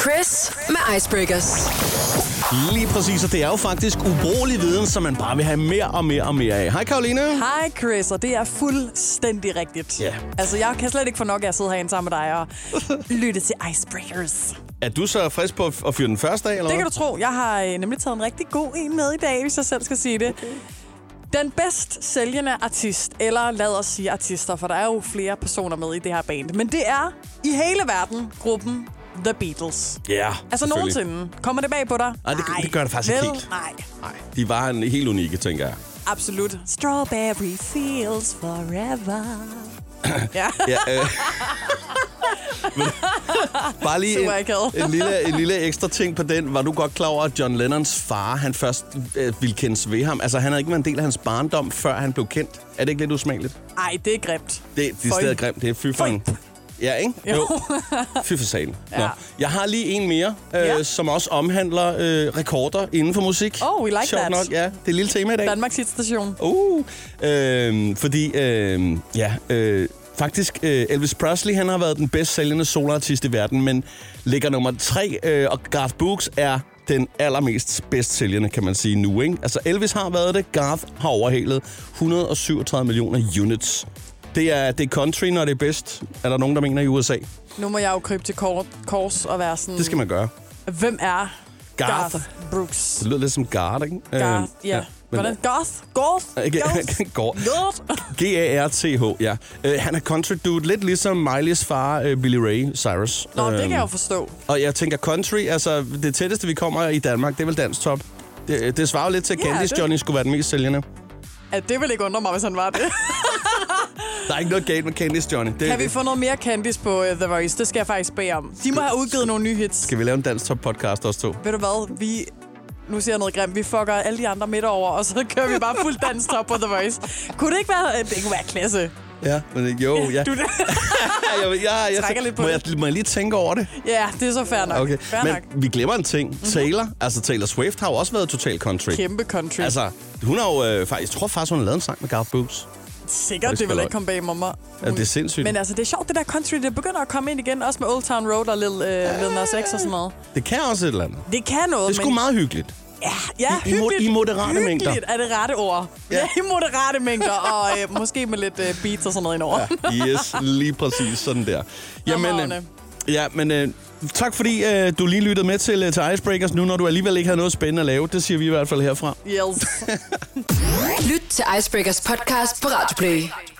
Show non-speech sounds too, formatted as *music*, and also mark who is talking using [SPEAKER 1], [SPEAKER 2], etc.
[SPEAKER 1] Chris med Icebreakers.
[SPEAKER 2] Lige præcis, og det er jo faktisk ubrugelig viden, som man bare vil have mere og mere og mere af. Hej Karoline.
[SPEAKER 3] Hej Chris, og det er fuldstændig rigtigt.
[SPEAKER 2] Ja.
[SPEAKER 3] Altså, jeg kan slet ikke få nok af at sidde herinde sammen med dig
[SPEAKER 2] *laughs*
[SPEAKER 3] og lytte til Icebreakers.
[SPEAKER 2] Er du så frisk på at fyre den første af, eller
[SPEAKER 3] Det kan
[SPEAKER 2] hvad?
[SPEAKER 3] du tro. Jeg har øh, nemlig taget en rigtig god en med i dag, hvis jeg selv skal sige det. Den bedst sælgende artist, eller lad os sige artister, for der er jo flere personer med i det her band. Men det er i hele verden gruppen The Beatles.
[SPEAKER 2] Ja,
[SPEAKER 3] Altså
[SPEAKER 2] selvfølgelig.
[SPEAKER 3] nogensinde. Kommer det bag på dig?
[SPEAKER 2] Ej, det- det gør det faktisk ikke
[SPEAKER 3] vel?
[SPEAKER 2] helt.
[SPEAKER 3] Nej,
[SPEAKER 2] Nej, de var en helt unikke, tænker jeg.
[SPEAKER 3] absolut. Strawberry feels forever. *coughs* ja.
[SPEAKER 2] Ja,
[SPEAKER 3] *laughs*
[SPEAKER 2] øh. Bare lige
[SPEAKER 3] Super akavet.
[SPEAKER 2] en, en, lille, en lille ekstra ting på den. Var du godt klar over, at John Lennons far, han først øh, ville kendes ved ham? Altså, han havde ikke været en del af hans barndom, før han blev kendt. Er det ikke lidt usmageligt?
[SPEAKER 3] Ej, det er grimt.
[SPEAKER 2] Det, det er
[SPEAKER 3] Føj.
[SPEAKER 2] stadig grimt. Det er fyfang. Ja, ikke?
[SPEAKER 3] Jo.
[SPEAKER 2] Fy for salen. Nå.
[SPEAKER 3] Ja.
[SPEAKER 2] Jeg har lige en mere, øh,
[SPEAKER 3] Ja.
[SPEAKER 2] som også omhandler øh, rekorder inden for musik.
[SPEAKER 3] Oh, we like
[SPEAKER 2] Sjovt
[SPEAKER 3] that.
[SPEAKER 2] nok, ja. Det er et lille tema i dag.
[SPEAKER 3] Danmarks hitstation.
[SPEAKER 2] Uh, øh, fordi, øh, ja, øh, faktisk øh, Elvis Presley, han har været den bedst sælgende soloartist i verden, men ligger nummer tre, øh, og Garth Brooks er den allermest bedst sælgende, kan man sige nu, ikke? Altså, Elvis har været det, Garth har overhalet 137 millioner units. Det er, det er country, når det er bedst, er der nogen, der mener i USA.
[SPEAKER 3] Nu må jeg jo krybe til kor- kors og være sådan...
[SPEAKER 2] Det skal man gøre.
[SPEAKER 3] Hvem er
[SPEAKER 2] Garth.
[SPEAKER 3] Garth, Brooks?
[SPEAKER 2] Det lyder lidt som Garth, ikke? Øhm,
[SPEAKER 3] Garth, ja.
[SPEAKER 2] men- Øh,
[SPEAKER 3] Hvordan? Garth? Garth?
[SPEAKER 2] Ikke- *laughs*
[SPEAKER 3] Garth?
[SPEAKER 2] Garth.
[SPEAKER 3] Garth?
[SPEAKER 2] G-A-R-T-H, ja. Øh, han er country dude, lidt ligesom Miley's far, øh, Billy Ray Cyrus.
[SPEAKER 3] Nå, det
[SPEAKER 2] Øhm,
[SPEAKER 3] kan jeg jo forstå.
[SPEAKER 2] Og jeg tænker country, altså det tætteste, vi kommer i Danmark, det er vel dansk top. Det, det svarer jo lidt til, at
[SPEAKER 3] Ja,
[SPEAKER 2] Candice
[SPEAKER 3] det-
[SPEAKER 2] Johnny skulle være den mest sælgende.
[SPEAKER 3] At det ville ikke undre mig, hvis han var det.
[SPEAKER 2] *laughs* Der er ikke noget galt med Candice Johnny. Det,
[SPEAKER 3] kan vi få noget mere Candice på uh, The Voice? Det skal jeg faktisk bede om. De må have udgivet nogle nye hits.
[SPEAKER 2] Skal vi lave en dansk top podcast også to?
[SPEAKER 3] Ved du hvad? Vi... Nu siger jeg noget grimt. Vi fucker alle de andre midt over, og så kører vi bare fuld dansk top på The Voice. Kunne det ikke være... øh, Det kunne være klasse.
[SPEAKER 2] Ja, men øh, jo, ja.
[SPEAKER 3] Du, *laughs*
[SPEAKER 2] ja, jeg, jeg, jeg,
[SPEAKER 3] Trækker lidt på
[SPEAKER 2] må, jeg,
[SPEAKER 3] det.
[SPEAKER 2] må jeg lige tænke over det?
[SPEAKER 3] ja, det er så fair nok.
[SPEAKER 2] Okay.
[SPEAKER 3] Fair nok. Mhm.
[SPEAKER 2] Men vi glemmer en ting. Taylor, altså Taylor Swift har jo også været total country.
[SPEAKER 3] Kæmpe country.
[SPEAKER 2] Altså, hun har jo øh, faktisk, jeg tror faktisk, hun har lavet en sang med Garth Brooks.
[SPEAKER 3] Sikkert,
[SPEAKER 2] Det
[SPEAKER 3] det vil
[SPEAKER 2] skal
[SPEAKER 3] ikke komme bag mig. mig.
[SPEAKER 2] Ja, det er sindssygt.
[SPEAKER 3] Men altså, det er sjovt, det der country, det begynder at komme ind igen, også med Old Town Road og Lil, øh, Lil Nas X og sådan noget.
[SPEAKER 2] Det kan også et eller andet.
[SPEAKER 3] Det kan noget,
[SPEAKER 2] Det er sgu
[SPEAKER 3] men...
[SPEAKER 2] meget hyggeligt.
[SPEAKER 3] Ja, ja,
[SPEAKER 2] i- i mo-
[SPEAKER 3] hyggeligt.
[SPEAKER 2] i moderate
[SPEAKER 3] hyggeligt
[SPEAKER 2] mængder.
[SPEAKER 3] er det rette ord.
[SPEAKER 2] Ja.
[SPEAKER 3] Ja, ja i moderate mængder, og øh, måske med lidt øh, beats og sådan noget indover. Ja.
[SPEAKER 2] Yes, lige præcis sådan der. Jamen, øh,
[SPEAKER 3] Fremragende.
[SPEAKER 2] ja, men øh, tak fordi øh, du lige lyttede med til, øh, til Icebreakers nu, når du alligevel ikke havde noget spændende at lave. Det siger vi i hvert fald herfra.
[SPEAKER 3] *laughs* Yes.
[SPEAKER 1] Lyt til Icebreakers podcast på Radio Play.